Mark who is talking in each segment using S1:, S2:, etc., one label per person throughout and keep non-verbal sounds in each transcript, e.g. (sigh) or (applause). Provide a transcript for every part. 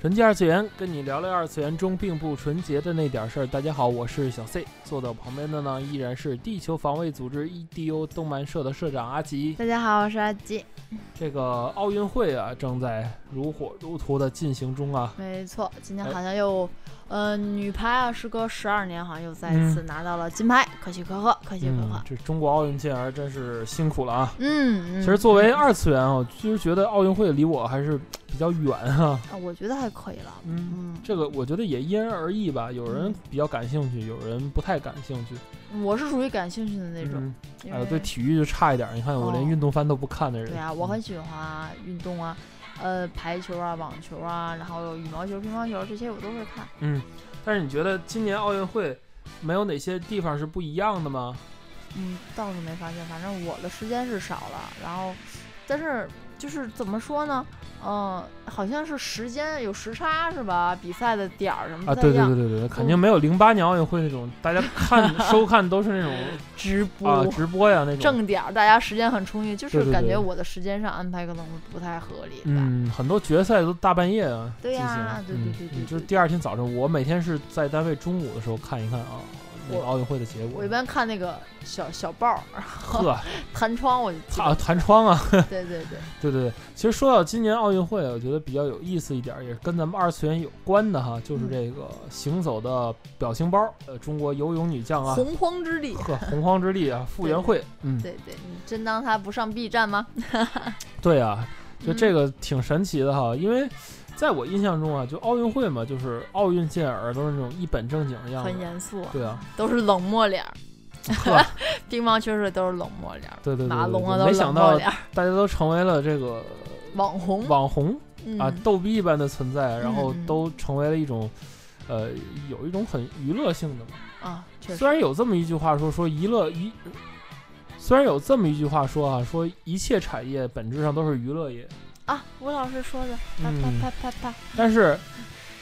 S1: 纯洁二次元，跟你聊聊二次元中并不纯洁的那点事儿。大家好，我是小 C，坐在我旁边的呢依然是地球防卫组织 EDO 动漫社的社长阿吉。
S2: 大家好，我是阿吉。
S1: 这个奥运会啊，正在如火如荼的进行中啊。
S2: 没错，今天好像又，呃，女排啊，时隔十二年，好像又再一次拿到了金牌，可喜可贺，可喜可
S1: 嗯
S2: 贺，。
S1: 这中国奥运健儿真是辛苦了啊。
S2: 嗯，嗯
S1: 其实作为二次元啊，我其实觉得奥运会离我还是比较远啊。
S2: 啊，我觉得还可以了。
S1: 嗯，
S2: 嗯，
S1: 这个我觉得也因人而异吧，有人比较感兴趣，有人不太感兴趣。
S2: 我是属于感兴趣的那种。
S1: 嗯，
S2: 因
S1: 哎
S2: 为
S1: 呦，对体育就差一点儿。你看我连
S2: 哦
S1: 运动番都不看的人。
S2: 对啊，我
S1: 嗯
S2: 很喜欢啊运动啊，呃，排球啊，网球啊，然后羽毛球、乒乓球这些我都会看。
S1: 嗯但是你觉得今年奥运会没有哪些地方是不一样的吗？
S2: 嗯，倒是没发现，反正我的时间是少了，然后，但是就是怎么说呢，嗯、好像是时间有时差是吧？比赛的点儿什么
S1: 啊，
S2: 不太
S1: 对
S2: 一
S1: 对
S2: 样，
S1: 对对对，肯定没有零八年奥运会那种大家
S2: (laughs)
S1: 看收看都是那种
S2: 直播、
S1: 啊直播呀那种。
S2: 呃正点儿，大家时间很充裕，就
S1: 对
S2: 是
S1: 对
S2: 感觉
S1: 对
S2: 我的时间上安排可能不太合理吧。
S1: 嗯，很多决赛都大半夜啊，
S2: 对
S1: 进行
S2: 呀对对
S1: 嗯
S2: 对对
S1: 嗯
S2: 对
S1: 就是第二天早上，我每天是在单位中午的时候看一看啊，那个
S2: 我
S1: 奥运会的结果
S2: 我一。般看那个小小报儿 (laughs)
S1: 呵，
S2: 弹窗，我就记
S1: 啊，弹窗啊，
S2: 得对对对，
S1: 对对对。其实说到今年奥运会，我觉得比较有意思一点儿，也是跟咱们二次元有关的哈，就是
S2: 嗯
S1: 这个行走的表情包，呃，中国游泳女将啊，
S2: 洪荒之力，
S1: 呵，洪荒之力
S2: (laughs)
S1: 啊，傅园慧，嗯，
S2: 对对，你真当他不上 B 站吗？
S1: 对啊，就这
S2: 嗯
S1: 个挺神奇的哈，因为在我印象中啊，就奥运会嘛，就是奥运健儿都是那种一本正经的样
S2: 很
S1: 子，
S2: 严肃啊，
S1: 对
S2: (laughs)
S1: 啊，
S2: 都是冷漠脸儿，
S1: 呵，
S2: 乒乓球是都是冷漠脸儿，
S1: 对对对
S2: 马
S1: 对
S2: 龙啊
S1: 对，
S2: 都
S1: 没
S2: 是
S1: 想
S2: 冷漠
S1: 到
S2: 脸儿，
S1: 大家都成为了这个
S2: 网红
S1: 网红啊
S2: 嗯，
S1: 逗逼一般的存在，然后
S2: 嗯嗯
S1: 都成为了一种。呃，有一种很娱乐性的嘛。
S2: 啊，确
S1: 虽
S2: 实，
S1: 然有这么一句话说说娱乐娱，呃虽然有这么一句话说啊，说一切产业本质上都是娱乐业，
S2: 啊，吴老师说的，啪
S1: 嗯
S2: 啪啪啪啪，
S1: 但是，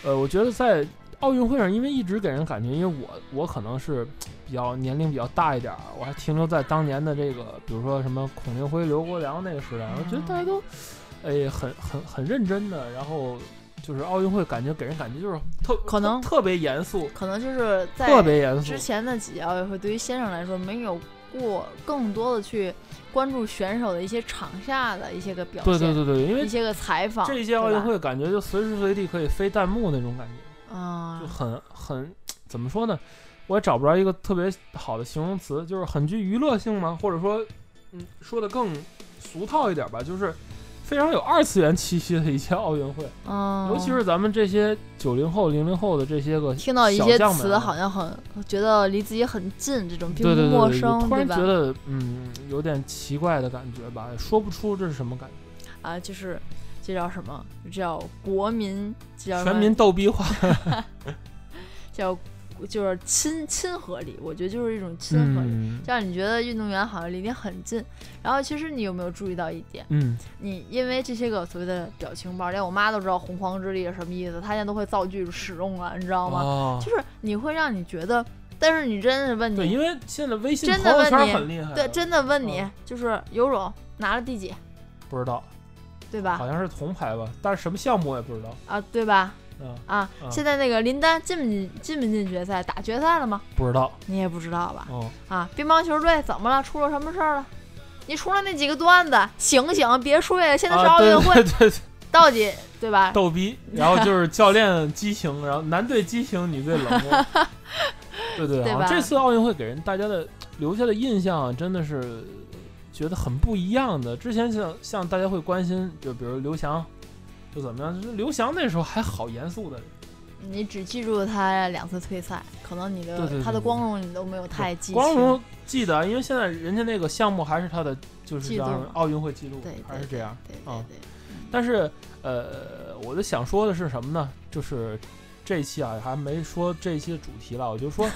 S1: 呃，我觉得在奥运会上，因为一直给人感觉，因为我我可能是比较年龄比较大一点儿，我还停留在当年的这个，比如说什么孔令辉、刘国梁那个时代，我觉得
S2: 嗯
S1: 大家都，哎，很很很认真的，然后就是奥运会感觉给人感觉就是特
S2: 可能
S1: 特特别严肃，
S2: 可能就是在
S1: 特别严肃
S2: 之，前的几届奥运会，对于先生来说没有过更多的去关注选手的一些场下的一些个表现，
S1: 对对对对，因
S2: 一
S1: 为
S2: 些个采访，
S1: 这一届
S2: 对
S1: 奥运
S2: 吧，
S1: 会感觉就随时随地可以飞弹幕那种感觉。就
S2: 啊，
S1: 很很怎么说呢？我也找不着一个特别好的形容词，就是很具娱乐性吗？或者说，嗯，说的更俗套一点吧，就是非常有二次元气息的一届奥运会，
S2: 嗯，
S1: 尤其是咱们这些九零后、零零后的这些个
S2: 听到一
S1: 小
S2: 些
S1: 将们
S2: 词，
S1: 啊
S2: 好像很觉得离自己很近，这种并
S1: 对
S2: 不
S1: 对对
S2: 陌
S1: 对，
S2: 生
S1: 我，突
S2: 对
S1: 然
S2: 吧
S1: 觉？得嗯有点奇怪的感觉吧，说不出这是什么感觉，
S2: 啊，就是这叫什么？这叫国民，这叫什
S1: 全
S2: 么
S1: 民逗逼
S2: (laughs)
S1: 化，
S2: 叫就是亲亲和力，我觉得就是一种亲和力，
S1: 嗯
S2: 这样你觉得运动员好像离你很近。然后其实你有没有注意到一点？
S1: 嗯，
S2: 你因为这些个所谓的表情包，连我妈都知道洪荒之力是什么意思，她现在都会造句使用了，你知道吗？
S1: 哦
S2: 就，是你会让你觉得，但是你真的问
S1: 对，
S2: 你，
S1: 因为现在微信
S2: 真
S1: 朋
S2: 的
S1: 友
S2: 问
S1: 圈
S2: 你
S1: 很厉害，
S2: 对，真的问你
S1: 嗯，
S2: 就是有种拿了第几，
S1: 不知道，
S2: 对吧？
S1: 好像是铜牌吧，但是什么项目我也不知道，
S2: 啊，对吧？
S1: 嗯，
S2: 啊，
S1: 嗯
S2: 现在那个林丹进不进进不进决赛，打决赛了吗？
S1: 不知道，
S2: 你也不知道吧？
S1: 哦。
S2: 啊，乒乓球队怎么了？出了什么事儿了？你除了那几个段子，醒醒，别睡！现在是
S1: 啊，
S2: 奥
S1: 对
S2: 运会，
S1: 对对对，
S2: 到底对吧？
S1: 逗
S2: (laughs)
S1: 逼，然后就是教练激情，然后男队激情，女队冷漠。对对，
S2: 对
S1: 好
S2: 吧
S1: 像这次奥运会给人大家的留下的印象啊真的是觉得很不一样的。之前像像大家会关心，就比如刘翔，就怎么样，就是刘翔那时候还好严肃的，
S2: 你只记住他两次退赛，可能你的
S1: 对对对
S2: 他的
S1: 对
S2: 光荣你都没有太记清。
S1: 光荣记得，啊因为现在人家那个项目还是他的，就是
S2: 记录
S1: 叫奥运会记录
S2: 对对，
S1: 还是这样。
S2: 对对
S1: 啊
S2: 对，
S1: 但是呃，我就想说的是什么呢？就是这一期啊，还没说这一期的主题了，我就说，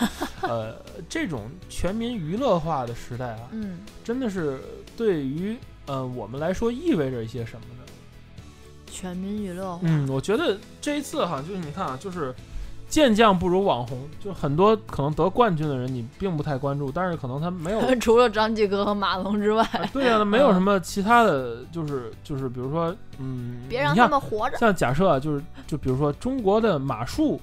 S1: 呃，这种全民娱乐化的时代啊，
S2: 嗯，
S1: 真的是对于呃我们来说意味着一些什么呢？
S2: 全民娱乐化，，
S1: 嗯，我觉得这一次哈，就是你看啊，就是健将不如网红，就很多可能得冠军的人你并不太关注，但是可能他没有
S2: (laughs) 除了张继科和马龙之外，
S1: 啊对啊，没有什么其他的，就是就是比如说，嗯，
S2: 别让
S1: 你
S2: 他
S1: 看
S2: 们活着。
S1: 像假设啊，就是就比如说中国的马术，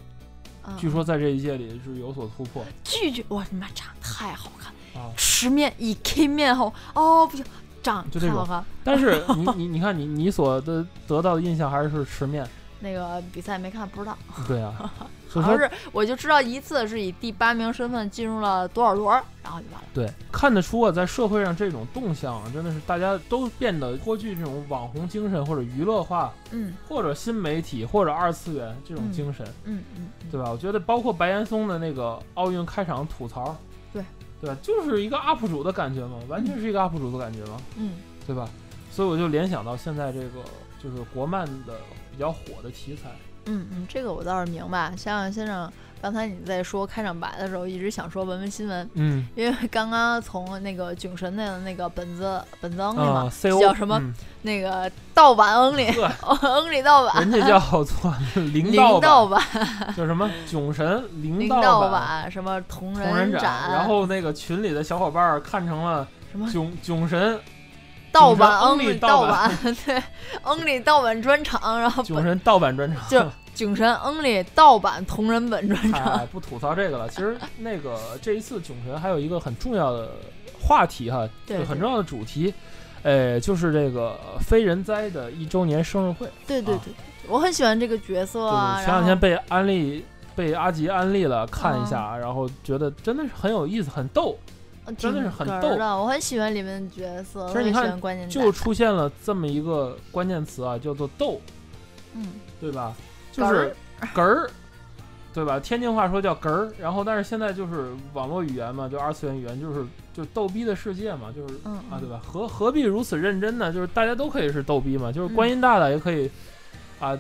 S2: 啊
S1: 据说在这一届里是有所突破
S2: 拒绝，我他妈长得太好看了，
S1: 啊。
S2: 吃面以 K 面后，哦不行，长
S1: 就这
S2: 得太
S1: 种
S2: 好看。
S1: 但是你你你看你你所得得到的印象还是吃面，
S2: 那个比赛没看，不知道，
S1: 对啊，
S2: (laughs)
S1: 所
S2: 好
S1: 以说
S2: 像是我就知道一次是以第八名身份进入了多少轮儿，然后就完了。
S1: 对，看得出啊，在社会上这种动向啊，真的是大家都变得颇具这种网红精神，或者娱乐化，
S2: 嗯
S1: 或者新媒体，或者二次元这种精神，
S2: 嗯嗯，嗯
S1: 对吧？我觉得包括白岩松的那个奥运开场吐槽，
S2: 对
S1: 对吧？就是一个 UP 主的感觉嘛，完全是一个 UP 主的感觉嘛，
S2: 嗯
S1: 对吧？所以我就联想到现在这个就是国漫的比较火的题材，
S2: 嗯嗯，这个我倒是明白。像先生刚才你在说开场白的时候，一直想说文文新闻，
S1: 嗯
S2: 因为 (laughs) 刚刚从那个囧神的那个本子本子亨利
S1: 啊
S2: 嘛，
S1: ，CO
S2: 叫什么
S1: 嗯
S2: 那个盗版亨 (laughs) 利，
S1: 呵
S2: 亨利盗版，
S1: 人家叫做 (laughs) 零
S2: 零
S1: 道
S2: 盗
S1: 吧，
S2: 版，
S1: 叫什么囧神零
S2: 零
S1: 道
S2: 盗
S1: 版。
S2: 版，什么同
S1: 同人
S2: 展，
S1: 然后那个群里的小伙伴儿看成了
S2: 什么
S1: 囧囧神囧
S2: 盗
S1: 神
S2: 版
S1: 亨
S2: 亨
S1: 利
S2: 利
S1: 盗
S2: 盗
S1: 版
S2: 版，对，
S1: (laughs)
S2: 亨利盗版专场，然后
S1: 囧
S2: 本
S1: 神盗版专场，
S2: 就囧神亨利盗版同人本专场，
S1: (laughs) 哎，不吐槽这个了。其实那个这一次囧神还有一个很重要的话题哈，
S2: 对
S1: 就很
S2: 对
S1: 重要的主题，呃，就是这个非人哉的一周年生日会。
S2: 对对
S1: 啊
S2: 对，我很喜欢这个角色啊，
S1: 对，前两
S2: 然
S1: 天
S2: 后嗯
S1: 被安利。被阿吉安利了，看一下，然后觉得真的是很有意思，很逗。
S2: 呃
S1: 真的是
S2: 挺
S1: 很
S2: 哏儿
S1: 逗
S2: 的，我很喜欢里面的角色，
S1: 其
S2: 我
S1: 实你
S2: 很喜
S1: 看
S2: 欢关键
S1: 就
S2: 词，
S1: 出现了这么一个关键词啊，叫做“逗
S2: 嗯，”，
S1: 对吧？就
S2: 哏
S1: 是
S2: 儿
S1: 哏儿，对吧？天津话说叫哏儿，然后但是现在就是网络语言嘛，就二次元语言，就是就逗逼的世界嘛，就是
S2: 嗯
S1: 啊，对
S2: 嗯
S1: 吧？何何必如此认真呢？就是大家都可以是逗逼嘛，就是
S2: 嗯
S1: 观音大大也可以啊，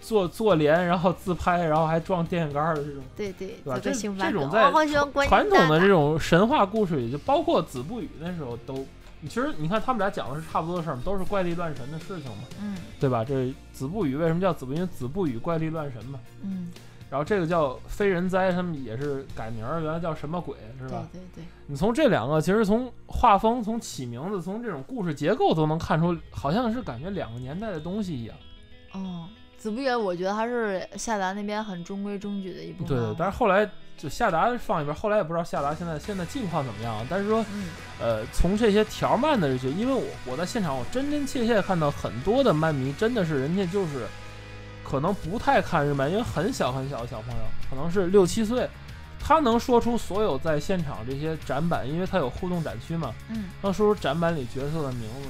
S1: 做做脸，然后自拍，然后还撞电线杆儿的这种。
S2: 对对，
S1: 对吧
S2: 特
S1: 这
S2: 别兴
S1: 这
S2: 奋，
S1: 种
S2: 我
S1: 在
S2: 好喜欢关
S1: 传
S2: 键
S1: 统
S2: 大
S1: 的
S2: 大
S1: 这种神话故事里，就包括子不语那时候都，其实你看他们俩讲的是差不多的事儿嘛，都是怪力乱神的事情嘛，
S2: 嗯
S1: 对吧？这子不语为什么叫子不语？因为子不语怪力乱神嘛。
S2: 嗯，
S1: 然后这个叫非人哉，他们也是改名儿，原来叫什么鬼是
S2: 对
S1: 吧？
S2: 对对，
S1: 你从这两个，其实从画风、从起名字、从这种故事结构都能看出，好像是感觉两个年代的东西一样。
S2: 哦，子不语我觉得还是夏达那边很中规中矩的一部
S1: 对
S2: 分，
S1: 对，但是后来就夏达放一边，后来也不知道夏达现在现在近况怎么样。但是说，
S2: 嗯
S1: 呃，从这些条漫的这些，因为我我在现场，我真真切切看到很多的漫迷，真的是人家就是可能不太看日漫，因为很小很小的小朋友，可能是六七岁，他能说出所有在现场这些展板，因为他有互动展区嘛，
S2: 嗯，
S1: 能说出展板里角色的名字，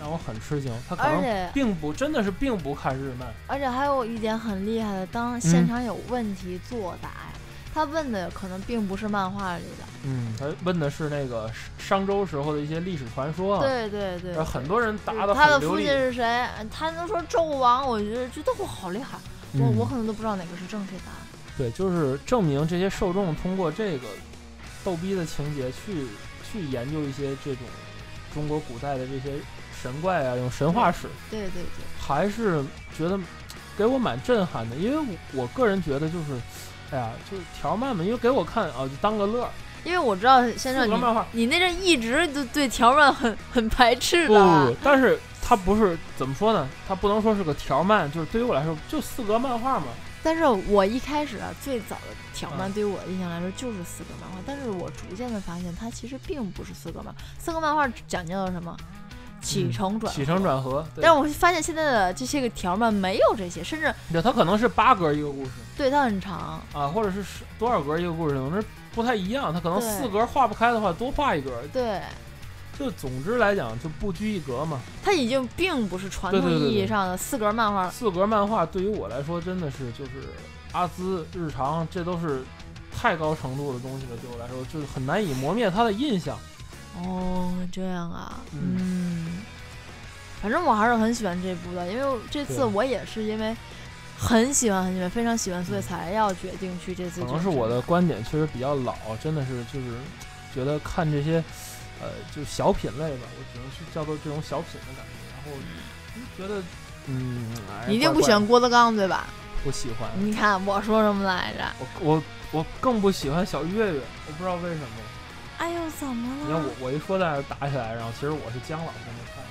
S1: 让我很吃惊。他可
S2: 而
S1: 能
S2: 且
S1: 并不真的是并不看日漫，
S2: 而且还有一点很厉害的，当现
S1: 嗯
S2: 场有问题作答呀，他问的可能并不是漫画里的，
S1: 嗯，他问的是那个商周时候的一些历史传说啊，
S2: 对对对
S1: 然后，很多人答得
S2: 嗯他的
S1: 很流
S2: 父亲
S1: 利。
S2: 是谁？他能说纣王，我觉得觉得我好厉害，
S1: 嗯
S2: 我我可能都不知道哪个是正确答案。
S1: 对，就是证明这些受众通过这个逗逼的情节去去研究一些这种中国古代的这些神怪啊，这种神话史，
S2: 对对对，
S1: 还是觉得给我蛮震撼的。因为我我个人觉得就是，哎呀，就是条漫嘛，因为给我看啊，就当个乐儿，
S2: 因为我知道先
S1: 四
S2: 生
S1: 格漫
S2: 你
S1: 画。
S2: 你那阵一直就对条漫很很排斥
S1: 不
S2: 的啊吧，
S1: 不不，但是它不是怎么说呢？它不能说是个条漫，就是对于我来说，就四格漫画嘛。
S2: 但是我一开始啊，最早的条漫
S1: 嗯
S2: 对于我的印象来说就是四格漫画，但是我逐渐的发现它其实并不是四格漫，四格漫画讲究的什么？
S1: 嗯
S2: 起承转合。
S1: 起承转合，对
S2: 但是我发现现在的这些个条漫没有这些，甚至
S1: 对它可能是八格一个故事，
S2: 对它很长。
S1: 啊，或者是十多少格一个故事，总之不太一样。它可能
S2: 对
S1: 四格画不开的话，多画一格。
S2: 对，
S1: 就总之来讲，就不拘一格嘛。
S2: 它已经并不是传
S1: 对
S2: 统
S1: 对对
S2: 意
S1: 对
S2: 义上的四格漫画了。
S1: 四格漫画对于我来说，真的是就是阿兹、日常，这都是太高程度的东西了，对我来说就是很难以磨灭它的印象。
S2: 哦，这样啊，嗯，反正我还是很喜欢这部的，因为这次
S1: 对
S2: 我也是因为很喜欢很喜欢，非常喜欢，所以才要决定去这次。
S1: 可能是我的，观点确实比较老，真的是就是觉得看这些，呃，就小品类吧，我只能是叫做这种小品的感觉。然后觉得，嗯，哎
S2: 你一定不喜，
S1: 怪
S2: 欢郭德纲对吧？
S1: 怪不喜欢。
S2: 你看我说什么来着？
S1: 我我我更不喜欢小岳岳，我不知道为什么。
S2: 哎呦，怎
S1: 你
S2: 么
S1: 看
S2: 了
S1: 我？我一说在那打起来，然后其实我是姜老师那派，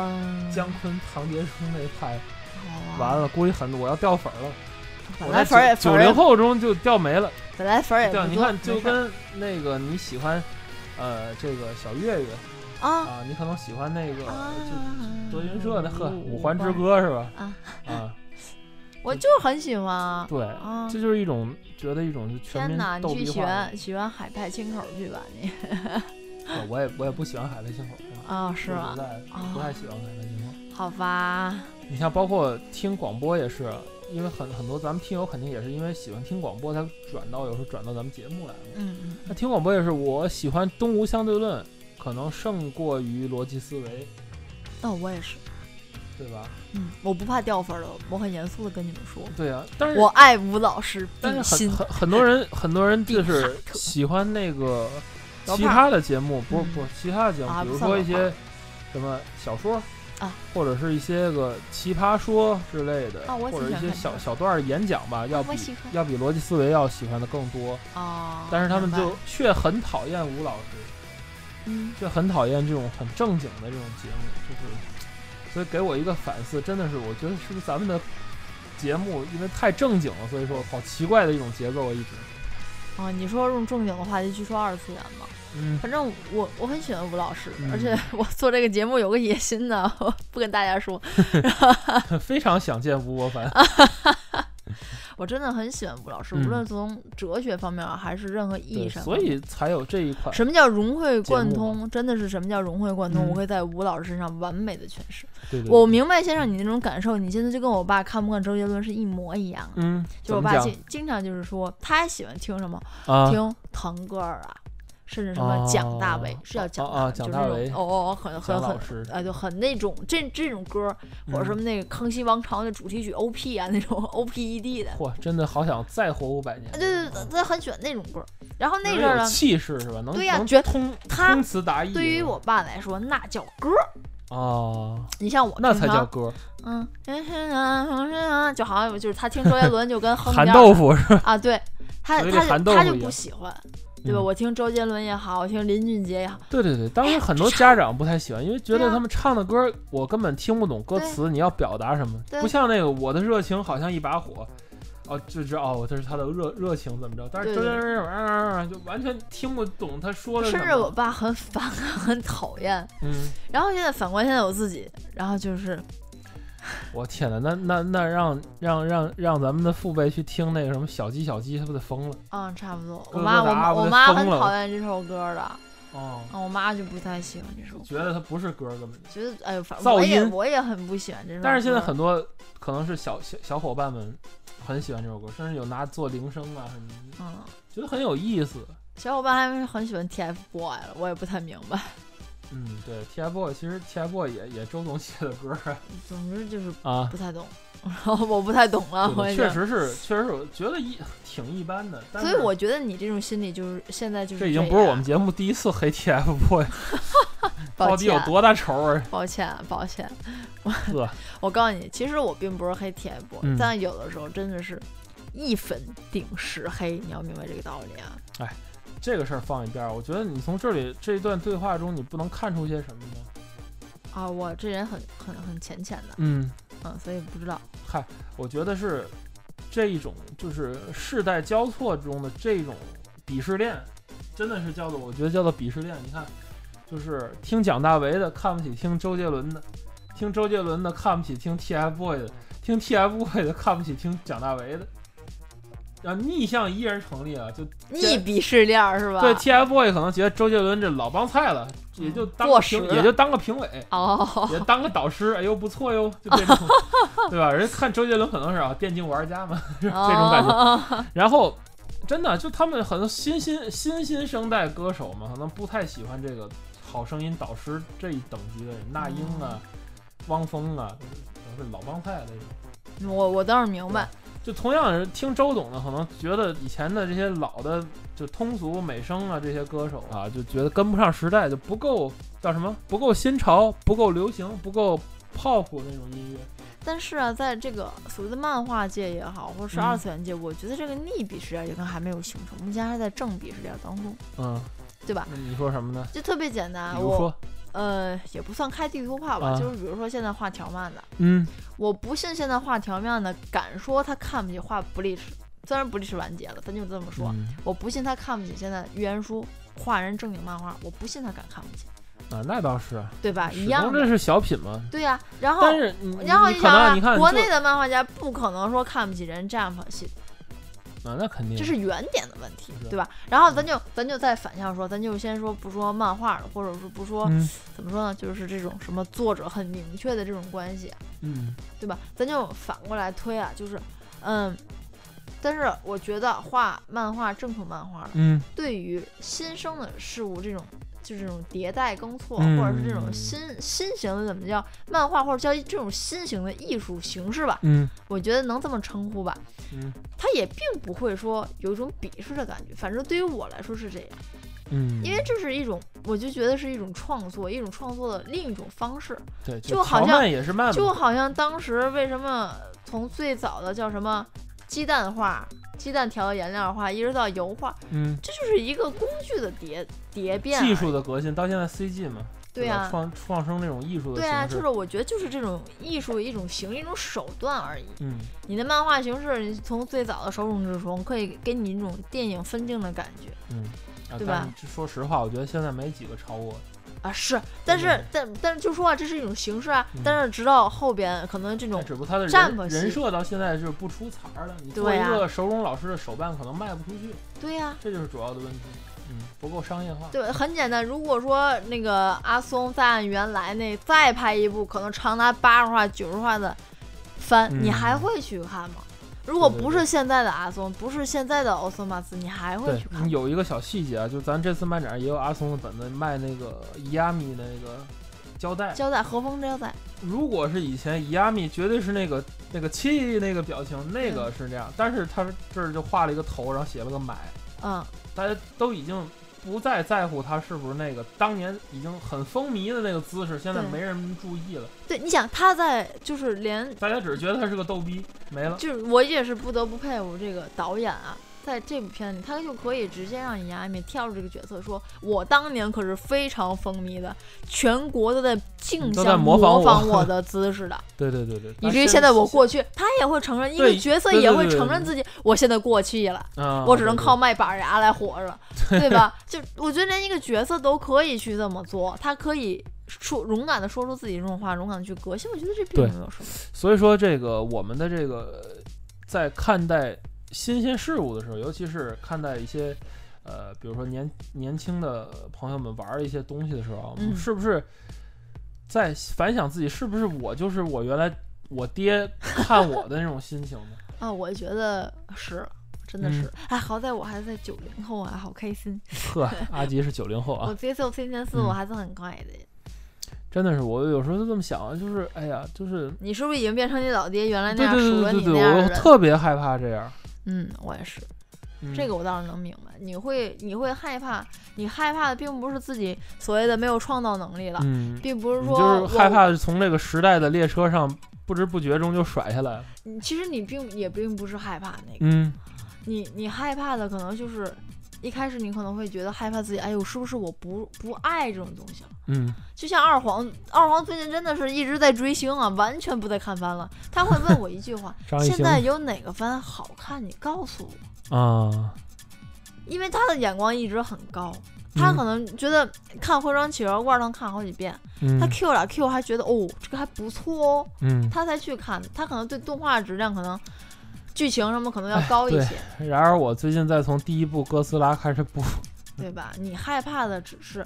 S2: 嗯，
S1: 姜昆、唐杰忠那派，
S2: 好啊
S1: 完，了估计很我要掉粉儿了。
S2: 本
S1: 我在
S2: 来粉儿也
S1: 九九
S2: 粉儿
S1: 零
S2: 也，
S1: 后中就掉没了。
S2: 本来粉儿也
S1: 对啊，
S2: 不
S1: 你
S2: 多
S1: 看，就
S2: 没事儿
S1: 跟那个你喜欢，呃，这个小岳岳
S2: 啊
S1: 啊，你可能喜欢那个
S2: 啊
S1: 就德云社那呵《五环之
S2: 我
S1: 歌》是吧？
S2: 啊，
S1: 啊，
S2: 我就是很喜欢啊。
S1: 对，
S2: 啊
S1: 这就是一种觉得一种就全
S2: 天
S1: 民
S2: 哪，
S1: 逗
S2: 你去
S1: 逼
S2: 喜
S1: 化的。
S2: 欢喜欢海派清口去吧你
S1: 啊我也我也不喜欢海豚星火，
S2: 啊是
S1: 吧
S2: 吗？？
S1: 不太喜欢海豚星火。
S2: 好吧，
S1: 你像包括听广播也是，因为很很多咱们听友肯定也是因为喜欢听广播才转到有时候转到咱们节目来了。
S2: 嗯嗯。
S1: 那听广播也是，我喜欢东吴相对论，可能胜过于逻辑思维，
S2: 那、我也是，
S1: 对吧？
S2: 嗯，我不怕掉分儿的，我很严肃的跟你们说，
S1: 对啊，但是
S2: 我爱吴老师
S1: 但
S2: 比
S1: 是很
S2: 心。
S1: 很很多人很
S2: (laughs)
S1: 多人就
S2: 必
S1: 是
S2: 哈特
S1: 喜欢那
S2: (laughs)
S1: 个
S2: 老
S1: 其
S2: 炮儿
S1: 他的节目，不
S2: 嗯
S1: 不其他的节目
S2: 啊，
S1: 比如
S2: 不算
S1: 说一
S2: 老炮
S1: 些
S2: 儿
S1: 什么小说
S2: 啊，
S1: 或者是一些个奇葩说之类的，
S2: 啊我
S1: 或者
S2: 也喜
S1: 一
S2: 欢
S1: 些
S2: 看
S1: 小
S2: 这个
S1: 小段儿演讲吧，要
S2: 我
S1: 比
S2: 喜欢
S1: 要比逻辑思维要喜欢的更多。
S2: 哦，
S1: 但是他们
S2: 明白
S1: 就却很讨厌吴老师，
S2: 嗯，
S1: 却很讨厌这种很正经的这种节目，就是，所以给我一个反思，真的是我觉得是不是咱们的节目因为太正经了，所以说好奇怪的一种节奏啊，一直，
S2: 啊，你说用正经的话题去说二次元吧，
S1: 嗯， (laughs)
S2: 反正我我很喜欢吴老师，
S1: 嗯
S2: 而且我做这个节目有个野心呢，我不跟大家说，
S1: 非常想见吴伯凡，
S2: 啊我真的很喜欢吴老师，
S1: 嗯
S2: 无论从哲学方面啊还是任何意义
S1: 对，
S2: 上面，
S1: 所以才有这一款。
S2: 什么叫融会贯
S1: 节
S2: 通？真的是什么叫融会贯通？
S1: 嗯
S2: 我会在吴老师身上完美的诠释。
S1: 对对对嗯
S2: 我明白先生你那种感受，你现在就跟我爸看不看周杰伦是一模一样啊。
S1: 嗯，
S2: 就
S1: 怎
S2: 我
S1: 么
S2: 爸
S1: 讲
S2: 经经常就是说，他喜欢听什么，
S1: 啊？
S2: 听腾格尔啊，甚至什么蒋大为
S1: 哦，
S2: 是叫蒋
S1: 哦哦
S2: 大
S1: 蒋
S2: 为，
S1: 大
S2: 就是
S1: 为
S2: 那种哦哦，很
S1: 蒋
S2: 很
S1: 老
S2: 很。
S1: 师，嗯
S2: 啊，就很那种这这种歌，或者什么那个《康熙王朝》那主题曲 O P 啊，那种 (laughs) O P E D 的，啊
S1: 嚯，真的好想再活五百年。
S2: 对对对，他很喜欢那种歌。然后那
S1: 因为
S2: 阵儿
S1: 有
S2: 呢，
S1: 气势是吧？能
S2: 对呀
S1: 能
S2: 觉得
S1: 通
S2: 他
S1: 通词达意是吧。
S2: 对于我爸来说，那叫歌。
S1: 哦，
S2: 你像我，
S1: 那才叫歌，
S2: 嗯，就好像就是他听周杰伦就
S1: (laughs)
S2: 跟哼
S1: 含
S2: 边儿
S1: 豆腐是吧？(laughs)
S2: 啊，对他
S1: 有一
S2: 他
S1: 点
S2: 就
S1: 含豆
S2: 他
S1: 腐
S2: 就
S1: 一
S2: 不
S1: 样
S2: 喜欢，对吧？
S1: 嗯
S2: 我哎听周杰伦也好，我听林俊杰也好，
S1: 对对对，当时很多家长不太喜欢，因为觉
S2: 对
S1: 得
S2: 啊
S1: 他们唱的歌我根本听不懂歌词，你要表达什么？
S2: 对
S1: 不像那个《我的热情好像一把火》。哦，就知道哦，这是他的热热情怎么着？但是
S2: 对
S1: 周
S2: 对
S1: 杰伦啊啊啊啊就完全听不懂他说的什
S2: 甚
S1: 么。
S2: 至我爸很烦，啊很讨厌。
S1: 嗯，
S2: 然后现在反观现在我自己，然后就是
S1: 我天呐，那那那让让让让咱们的父辈去听那个什么小鸡小鸡，他不得疯了？
S2: 嗯，差不多。我
S1: 哥
S2: 妈
S1: 哥的
S2: 我妈
S1: 阿
S2: 我
S1: 不
S2: 妈
S1: 疯
S2: 很
S1: 了
S2: 讨厌这首歌的，
S1: 哦，
S2: 嗯，我妈就不太喜欢这首歌，
S1: 觉得它不是歌根本就。
S2: 觉得哎呦，反正
S1: 噪
S2: 我也
S1: 音
S2: 我也很不喜欢这首歌。
S1: 但是现在很多可能是小小小伙伴们很喜欢这首歌，甚至有拿做铃声啊什么的，
S2: 嗯。
S1: 觉得很有意思。
S2: 小伙伴还是很喜欢 TFBOY 了，我也不太明白。
S1: 嗯，对，TFBOY 其实 TFBOY 也也周董写的歌儿
S2: 总之就是
S1: 啊，
S2: 不太懂， (laughs) 然后我不太懂了，
S1: 对
S2: 啊我也
S1: 对
S2: 觉得
S1: 确。实是，确实是我觉得一挺一般的。但
S2: 所
S1: 是
S2: 以我觉得你这种心理就是现在就是
S1: 这已
S2: 样
S1: 经不是我们节目第一次黑 TFBOY，
S2: 抱
S1: (laughs) 到底有
S2: 歉，
S1: 多大仇啊？
S2: 抱歉，抱歉。
S1: 呵
S2: 我 (laughs) 我告诉你，其实我并不是黑 TFBOY，、
S1: 嗯
S2: 但有的时候真的是一粉顶十黑，你要明白这个道理啊。
S1: 这个事儿放一边儿，我觉得你从这里这一段对话中，你不能看出些什么呢？
S2: 啊，我这人很很很浅浅的，
S1: 嗯，
S2: 嗯，所以不知道。
S1: 我觉得是这一种就是世代交错中的这种鄙视链，真的是叫做我觉得叫做鄙视链。你看，就是听蒋大为的看不起听周杰伦的，听周杰伦的看不起听 TFBOY s 的，听 TFBOY s 的看不起听蒋大为的。啊，逆向依然成立啊，就
S2: 逆鄙视链儿是吧？
S1: 对 TFBOY 可能觉得周杰伦这老帮菜了，也就当个
S2: 过时
S1: 评，
S2: 了
S1: 也就当个评委，
S2: 哦，
S1: 也当个导师，哎呦不错哟，就这种，对吧？人家看周杰伦可能是啊电竞玩家嘛， (laughs) (laughs)
S2: 这
S1: 这种感觉
S2: 觉。
S1: 然后真的就他们很多新新新新生代歌手嘛，可能不太喜欢这个好声音导师这一等级的人，那英啊、汪峰啊，都是老帮菜那种。
S2: 哦我我倒是明白，
S1: 就同样是听周董的，可能觉得以前的这些老的就通俗美声啊这些歌手啊，就觉得跟不上时代，就不够叫什么不够新潮，不够流行，不够 pop 那种音乐。
S2: 但是啊，在这个所谓的漫画界也好，或者是
S1: 嗯
S2: 二次元界，我觉得这个逆鄙视链也跟还没有形成，目前还在正鄙视链当中，
S1: 嗯，
S2: 对吧？
S1: 那你说什么呢？
S2: 就特别简单，啊
S1: 比如
S2: 我
S1: 说，
S2: 呃也不算开地图炮吧，
S1: 啊
S2: 就是比如说现在画条漫的，
S1: 嗯
S2: 我不信现在画条漫的敢说他看不起画 Bleach，虽然 Bleach 完结了，咱就这么说，
S1: 嗯
S2: 我不信他看不起现在预言书画人正经漫画，我不信他敢看不起，
S1: 啊，那倒是啊，
S2: 对吧？一
S1: 始
S2: 样
S1: 终
S2: 的
S1: 这，是小品嘛。
S2: 对呀、然后
S1: 但是你你
S2: 然后
S1: 你可
S2: 想
S1: 能啊
S2: 啊，
S1: 你看
S2: 国
S1: 就
S2: 内的漫画家不可能说看不起人 Jump 系，
S1: 啊，那肯定
S2: 这是原点的问题
S1: 是，嗯
S2: 对吧？然后咱就咱就再反向说，咱就先说不说漫画了，或者说不说
S1: 嗯
S2: 怎么说呢，就是这种什么作者很明确的这种关系，
S1: 嗯
S2: 对吧？咱就反过来推啊，就是嗯。但是我觉得画漫画正统漫画
S1: 嗯
S2: 对于新生的事物这种。就这种迭代更错，
S1: 嗯
S2: 或者是这种新新型的怎么叫漫画，或者叫这种新型的艺术形式吧，
S1: 嗯
S2: 我觉得能这么称呼吧，
S1: 嗯
S2: 它也并不会说有一种鄙视的感觉。反正对于我来说是这样，
S1: 嗯，
S2: 因为这是一种，我就觉得是一种创作，一种创作的另一种方式。
S1: 对
S2: 就好
S1: 乔
S2: 像
S1: 曼也是慢嘛，
S2: 就好像当时为什么从最早的叫什么鸡蛋画、鸡蛋调的颜料画，一直到油画，
S1: 嗯
S2: 这就是一个工具的叠叠变而已。
S1: 技术的革新，到现在 CG 嘛，
S2: 对
S1: 吧
S2: 啊
S1: 创创生这种艺术的
S2: 对啊，
S1: 形
S2: 就
S1: 式
S2: 是，我觉得就是这种艺术一种形一种手段而已。
S1: 嗯
S2: 你的漫画形式，你从最早的手冢治虫可以给你一种电影分镜的感觉
S1: 嗯，啊
S2: 对
S1: 但
S2: 吧
S1: 是说实话，我觉得现在没几个超过，
S2: 啊，是，但是
S1: 对
S2: 但但是就说啊，这是一种形式啊
S1: 嗯，
S2: 但是直到后边可能这种
S1: 但只不过他的
S2: 占
S1: 人
S2: 卜系
S1: 人设到现在就是不出彩儿了。你做
S2: 对
S1: 一
S2: 啊
S1: 个手冢老师的手办，可能卖不出去，
S2: 对呀、
S1: 这就是主要的问题，嗯，不够商业化。
S2: 对，很简单。如果说那个阿松再按原来那再拍一部，可能长达八十话、九十话的番，
S1: 嗯
S2: 你还会去看吗？如果
S1: 对对
S2: 不
S1: 对
S2: 是现在的阿松，不是现在的奥斯马斯，你还会
S1: 对
S2: 去，看
S1: 你
S2: 吗？
S1: 有一个小细节啊，就咱这次漫展也有阿松的本子卖那个伊阿米那个胶带，
S2: 胶带和风胶带，
S1: 如果是以前伊阿米绝对是那个那个气那个表情，那个是这样，但是他这儿就画了一个头，然后写了个买，
S2: 嗯，
S1: 大家都已经不再在乎他是不是那个当年已经很风靡的那个姿势，现在
S2: 对
S1: 没人注意了，
S2: 对，你想他在就是连
S1: 大家只是觉得他是个逗逼，没了。
S2: 就是我也是不得不佩服这个导演啊，在这部片里，他就可以直接让尹亚米跳出这个角色，说我当年可是非常风靡的，全国都在竞
S1: 都在
S2: 相
S1: 模仿我 (laughs)
S2: 我的姿势的，
S1: 对对对对，
S2: 以至于现在我过去，他也会承认，因为
S1: 对
S2: 角色
S1: 对对
S2: 也会
S1: 对对
S2: 承认自己，我现在过气了。
S1: 啊，
S2: 我只能
S1: 对
S2: 靠。卖板牙来活着，对
S1: (laughs)
S2: 吧？就我觉得连一个角色都可以去这么做，他可以说勇敢的说出自己这种话，勇敢的去革新，我觉得这并
S1: 对
S2: 没有什么。
S1: 对所以说，这个我们的这个呃在看待新鲜事物的时候，尤其是看待一些呃，比如说年年轻的朋友们玩儿一些东西的时候啊，我们
S2: 嗯
S1: 是不是在反想自己是不是我就是我原来我爹看我的那种心情呢？ (laughs)
S2: 啊，我觉得是，真的
S1: 嗯
S2: 是。哎，好在我还在九零后啊，好开心。 (laughs)
S1: 呵，阿吉是九零后啊
S2: 我，接受新鲜事物
S1: 嗯
S2: 还是很快的。
S1: 真的是，我有时候就这么想啊，就是哎呀，就是
S2: 你是不是已经变成你老爹原来
S1: 对
S2: 那样
S1: 对
S2: 数
S1: 对
S2: 落
S1: 对
S2: 你
S1: 对
S2: 那样
S1: 对，
S2: 的
S1: 我
S2: 人？
S1: 特别害怕这样。
S2: 嗯，我也是，
S1: 嗯、
S2: 这个我倒是能明白。你会，你会害怕，你害怕的并不是自己所谓的没有创造能力了，
S1: 嗯，
S2: 并不是
S1: 你
S2: 说
S1: 就是
S2: 我
S1: 害怕从这个时代的列车上不知不觉中就甩下来了。
S2: 你其实你并也并不是害怕那个，
S1: 嗯，
S2: 你你害怕的可能就是一开始你可能会觉得害怕自己，哎呦，是不是我不不爱这种东西了？
S1: 嗯，
S2: 就像二黄，二黄最近真的是一直在追星啊，完全不再看番了。他会问我一句话
S1: (laughs) 张：“艺兴
S2: 现在有哪个番好看？你告诉我。
S1: 啊，”
S2: 因为他的眼光一直很高，
S1: 嗯
S2: 他可能觉得看《徽章企鹅罐》能看好几遍，他
S1: 嗯
S2: Q 俩 Q 还觉得哦这个还不错哦，
S1: 嗯
S2: 他才去看。他可能对动画质量可能剧情什么可能要高一
S1: 哎
S2: 些，
S1: 然而我最近在从第一部哥斯拉开始补，
S2: 对吧？你害怕的只是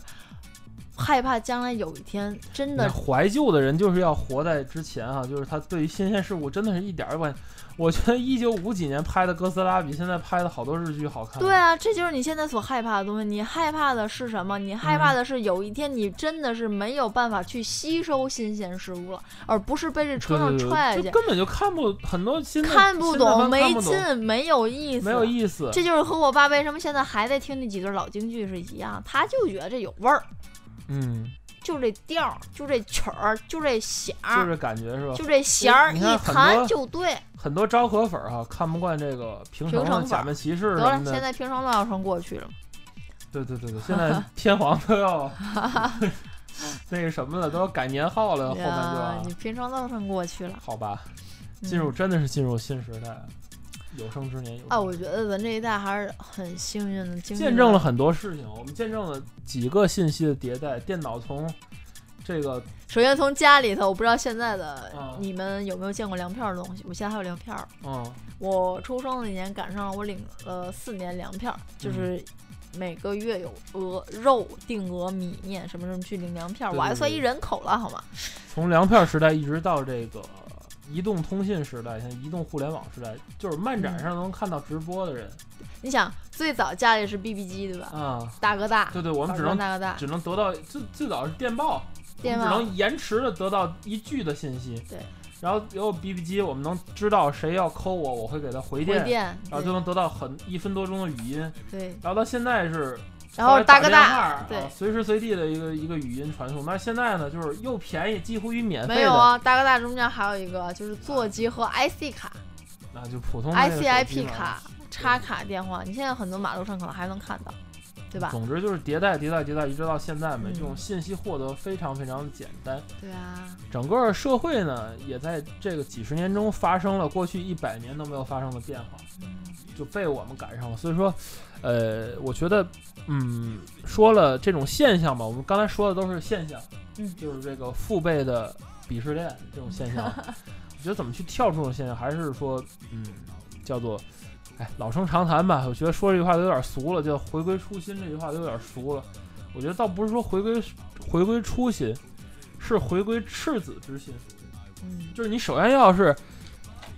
S2: 害怕将来有一天
S1: (laughs)
S2: 真的
S1: 怀旧的人就是要活在之前啊，就是他对于新鲜事物真的是一点儿关。我觉得一九五几年拍的哥斯拉比现在拍的好多日剧好看。
S2: 对啊，这就是你现在所害怕的东西。你害怕的是什么？你害怕的是有一天你真的是没有办法去吸收新鲜事物了，而不是被这车
S1: 对对
S2: 上
S1: 对
S2: 踹下
S1: 就
S2: 去，
S1: 根本就看不很多新的
S2: 看不
S1: 新的
S2: 懂、
S1: 番看
S2: 没
S1: 不懂
S2: 劲、没有意思，
S1: 没有意思。
S2: 这就是和我爸为什么现在还在听那几对老京剧是一样，他就觉得这有味儿，
S1: 嗯，
S2: 就这调儿，就这曲儿，就这响
S1: 就
S2: 儿，
S1: 是感觉是吧？
S2: 就这弦儿，
S1: 你
S2: 一
S1: 看很
S2: 弹
S1: 多
S2: 就对。
S1: 很多昭和粉儿哈看不惯这个平
S2: 平
S1: 成
S2: 成
S1: 啊、
S2: 粉
S1: 假面骑士
S2: 得
S1: 什
S2: 了
S1: 么，
S2: 现
S1: 的。
S2: 在平成都要成过去了，
S1: 对对
S2: (laughs)
S1: 对对，现在天皇都要那个什么了，都要改年号了，后面就
S2: 呀
S1: 要，
S2: 啊你平成都成过去了。
S1: 好吧，
S2: 嗯
S1: 进入真的是进入新时代了，有生之年有生
S2: 啊，我觉得咱这一代还是很幸运的，经历
S1: 见证了很多事情，我们见证了几个信息的迭代，电脑从这个
S2: 首先从家里头，我不知道现在的、
S1: 嗯
S2: 你们有没有见过粮票的东西，我现在还有粮票儿。
S1: 嗯
S2: 我出生那年赶上我领了四年粮票儿，就是
S1: 嗯
S2: 每个月有额肉、定额、米面什么什么去领粮票儿，
S1: 对
S2: 我还
S1: 对
S2: 算
S1: 对
S2: 一人口了好吗？
S1: 从粮票时代一直到这个移动通信时代，像移动互联网时代，就是漫
S2: 嗯
S1: 展上能看到直播的人
S2: 你想最早家里是 BB 机对吧？
S1: 啊，
S2: 大哥大，
S1: 对对，我
S2: 我
S1: 们只能
S2: 大哥大，
S1: 只能得到最最早是电报，
S2: 电
S1: 我
S2: 报
S1: 们只能延迟的得到一句的信息，
S2: 对，
S1: 然后有 BB 机，我们能知道谁要扣我，我会给他回
S2: 回
S1: 电，
S2: 电，
S1: 然后就能得到很一分多钟的语音，
S2: 对，对
S1: 然后到现在是。
S2: 然后
S1: 打
S2: 大哥
S1: 电
S2: 大。
S1: 话啊
S2: 对
S1: 随时随地的一个一个语音传送。那现在呢，就是又便宜，几乎于免费的，
S2: 没有啊，大哥大中间还有一个就是座机和 IC 卡，
S1: 那就普通的那个手机
S2: ICIP
S1: 嘛
S2: 卡、插卡电话，你现在很多马路上可能还能看到，对吧？
S1: 总之就是迭代、迭代、迭代，一直到现在嘛，
S2: 嗯
S1: 这种信息获得非常非常的简单。
S2: 对啊，
S1: 整个社会呢，也在这个几十年中发生了过去一百年都没有发生的变化，
S2: 嗯
S1: 就被我们赶上了。所以说，呃，我觉得，嗯，说了这种现象吧，我们刚才说的都是现象，
S2: 嗯
S1: 就是这个父辈的鄙视链这种现象。我觉得怎么去跳出这种现象，还是说，嗯，叫做。哎，老生常谈吧。我觉得说这句话都有点俗了，叫“回归初心”这句话都有点俗了。我觉得倒不是说回归回归初心，是回归赤子之心，
S2: 嗯，
S1: 就是你首先要是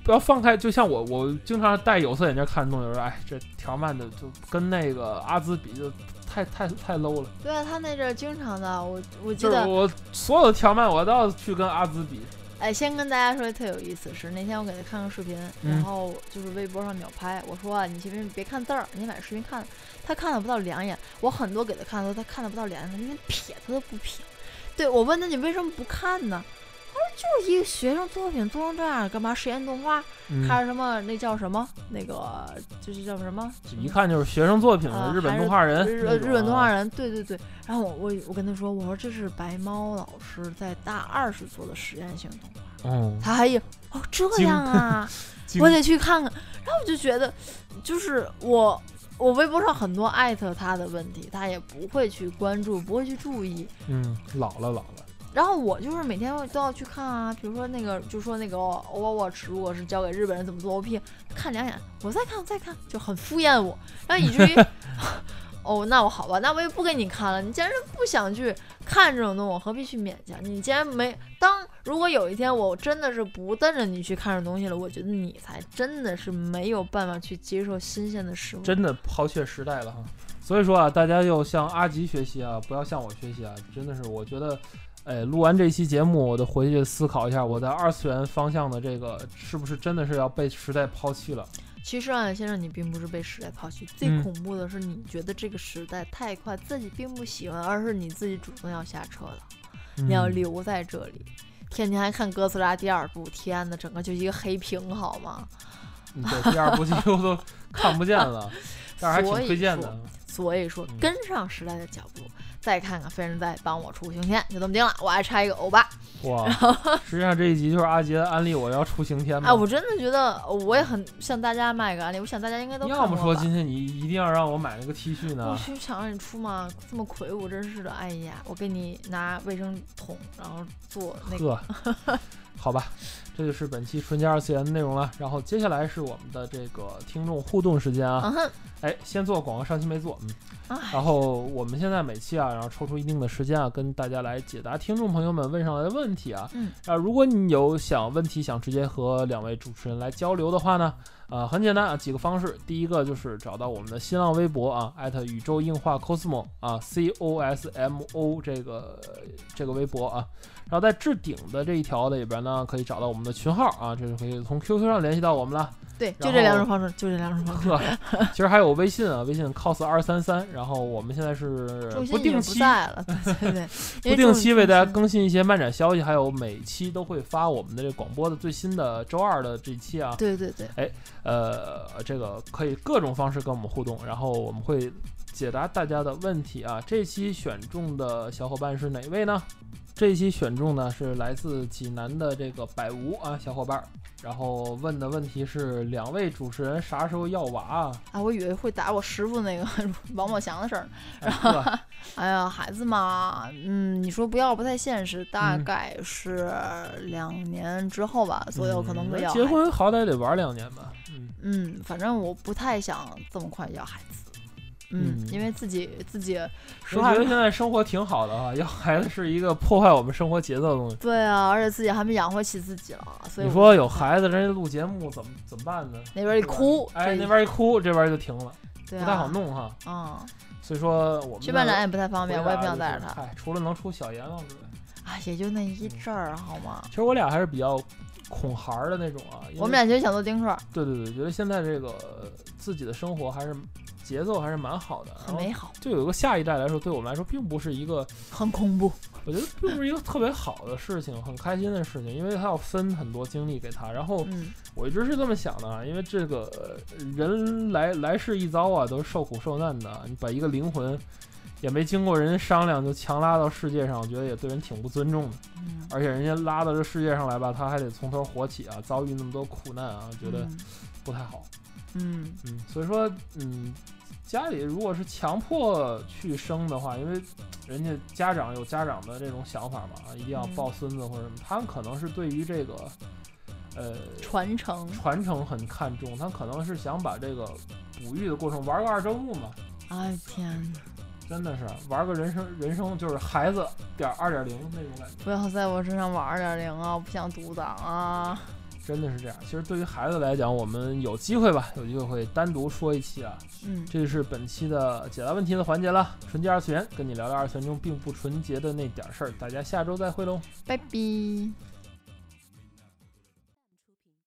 S1: 不要放开，就像我我经常戴有色眼镜看东西，我说哎这条漫的就跟那个阿兹比就太太太 low 了，
S2: 对啊，他那阵儿经常的，我我记
S1: 就是
S2: 得，
S1: 我所有的条漫我都要去跟阿兹比，
S2: 哎，先跟大家说一特有意思的事，那天我给他看个视频，
S1: 嗯
S2: 然后就是微博上秒拍，我说啊，你先别别看字儿，你把视频看，他看了不到两眼，我很多给他看的时候，他看了不到两眼，他连瞥他都不瞥。对我问他你为什么不看呢？他说就是一个学生作品做成这样，干嘛实验动画？
S1: 嗯
S2: 还是什么那叫什么那个就是叫什么
S1: 一看就是学生作品的
S2: 啊
S1: 日本
S2: 还是
S1: 动画人，
S2: 日日本动画人，对对对。然后我我我跟他说，我说这是白猫老师在大二时做的实验性动画，
S1: 嗯，
S2: 他还一哦这
S1: 惊
S2: 样啊，
S1: 惊 (laughs)
S2: 我得去看看。然后我就觉得，就是我我微博上很多艾特他的问题，他也不会去关注，不会去注意。
S1: 嗯，老了老了，
S2: 然后我就是每天都要去看啊，比如说那个，就说那个 Overwatch，如果是交给日本人怎么做 OP，看两眼，我再看再看，就很敷衍我，然后以至于， (laughs) 哦，那我好吧，那我也不给你看了。你既然是不想去看这种东西，我何必去勉强？你既然没当，如果有一天我真的是不瞪着你去看这东西了，我觉得你才真的是没有办法去接受新鲜的事物。
S1: 真的抛却时代了哈。所以说啊，大家要向阿吉学习啊，不要向我学习啊，真的是我觉得。哎，录完这期节目，我得回去思考一下，我在二次元方向的这个是不是真的是要被时代抛弃了？
S2: 其实啊，先生，你并不是被时代抛弃，最
S1: 嗯
S2: 恐怖的是你觉得这个时代太快，自己并不喜欢，而是你自己主动要下车了，你要
S1: 嗯
S2: 留在这里。天天还看哥斯拉第二部，天呐，整个就一个黑屏，好吗？
S1: 嗯对，第二部几乎
S2: (laughs)
S1: 都看不见了，但是还挺
S2: 所以
S1: 推荐的
S2: 说。所以说
S1: 嗯，
S2: 跟上时代的脚步，再看看飞人再帮我出行天，就这么定了。我还差一个欧巴，
S1: 哇，实际上这一集就是阿杰安利我要出刑天嘛。
S2: 哎，我真的觉得我也很向大家卖个安利，我想大家应该都看
S1: 要么
S2: 过
S1: 说
S2: 吧。
S1: 今天你一定要让我买那个 T 恤
S2: 我 (laughs)
S1: 呢？
S2: 去想让你出嘛，这么魁梧，真是的。哎呀，我给你拿卫生桶，然后做那个。
S1: 呵，好吧，这就是本期纯洁二次元的内容了。然后接下来是我们的这个听众互动时间啊。
S2: 嗯哼，
S1: 哎，先做广告，上期没做，嗯。
S2: 哎，
S1: (laughs) 然后我们现在每期啊，然后抽出一定的时间啊，跟大家来解答听众朋友们问上来的问题啊。
S2: 嗯。
S1: 啊，如果你有想问题想直接和两位主持人来交流的话呢，呃，很简单啊，几个方式。第一个就是找到我们的新浪微博啊，艾特宇宙硬化 cosmo 啊，c o s m o 这个这个微博啊。然后在置顶的这一条里边呢，可以找到我们的群号啊，这就可以从 QQ 上联系到我们了。
S2: 对，
S1: 然
S2: 就这两
S1: 后
S2: 种方式，就这两种方式。
S1: 呵， (laughs) 其实还有微信啊，微信 cos 二三三，然后我们现在是
S2: 重心
S1: 不
S2: 已
S1: 定
S2: 经不
S1: 期
S2: 在了，对对
S1: (laughs)
S2: 对，因
S1: 不
S2: 为
S1: 定
S2: 重
S1: 期为大家
S2: 重心
S1: 更新一些漫展消息，还有每期都会发我们的这广播的最新的周二的这一期啊，
S2: 对对对，
S1: 呃，这个可以各种方式跟我们互动，然后我们会解答大家的问题啊。这期选中的小伙伴是哪位呢？这一期选中呢是来自济南的这个百无啊小伙伴儿，然后问的问题是两位主持人啥时候要娃啊？
S2: 啊，我以为会打我师傅那个 (laughs) 王宝强的事儿呢。 (laughs)
S1: 哎呵
S2: 哎呀，孩子嘛，嗯，你说不要不太现实，大
S1: 嗯
S2: 概是两年之后吧，左右可能会
S1: 嗯
S2: 要
S1: 结
S2: 孩
S1: 婚，好歹得玩两年吧。嗯，
S2: 嗯，反正我不太想这么快要孩子，嗯，
S1: 嗯
S2: 因为自己自己实
S1: 我
S2: 话
S1: 觉得现在生活挺好的啊，要孩子是一个破坏我们生活节奏的东西。
S2: 对啊，而且自己还没养活起自己了，所以
S1: 你
S2: 我
S1: 说有孩子，人家录节目怎么怎么办呢？
S2: 那边一哭，
S1: 哎，
S2: 这
S1: 那边一哭，这边就停了，
S2: 对
S1: 不
S2: 啊，
S1: 太好弄哈。
S2: 嗯，
S1: 所以说我们
S2: 去漫展也
S1: 的
S2: 不太方便，我也不想带着
S1: 回答
S2: 他，
S1: 就是嗯哎，除了能出小阎王之外，
S2: 啊，也就那一阵儿好吗？
S1: 其实我俩还是比较恐孩儿的那种啊。因为
S2: 我们俩其实想做丁克儿，
S1: 对对对，觉得现在这个呃自己的生活还是节奏还是蛮好的，
S2: 很
S1: 然后
S2: 美好，
S1: 就有个下一代来说，对我们来说并不是一个
S2: 很恐怖，
S1: 我觉得并不是一个特别好的事情，很开心的事情，因为他要分很多精力给他。然后
S2: 嗯，
S1: 我一直是这么想的啊，因为这个呃人来来世一遭啊，都是受苦受难的。啊你把一个灵魂也没经过人商量就强拉到世界上，我觉得也对人挺不尊重的。
S2: 嗯
S1: 而且人家拉到这世界上来吧，他还得从头火起啊，遭遇那么多苦难啊，觉得
S2: 嗯
S1: 不太好。
S2: 嗯。
S1: 嗯，所以说，嗯，家里如果是强迫去生的话，因为人家家长有家长的这种想法嘛，啊一定要
S2: 嗯
S1: 抱孙子或者什么，他们可能是对于这个，呃，
S2: 传承
S1: 传承很看重，他可能是想把这个哺育的过程玩个二周目嘛，
S2: 哎天，
S1: 真的是玩个人生人生就是孩子点二点零那种感觉，
S2: 不要在我身上玩二点零啊！我不想独挡啊！
S1: 真的是这样。其实对于孩子来讲，我们有机会吧，有机会会单独说一期啊，
S2: 嗯，
S1: 这就是本期的解答问题的环节了。纯洁二次元，跟你聊聊二次元中并不纯洁的那点儿事儿。大家下周再会喽。
S2: 拜拜。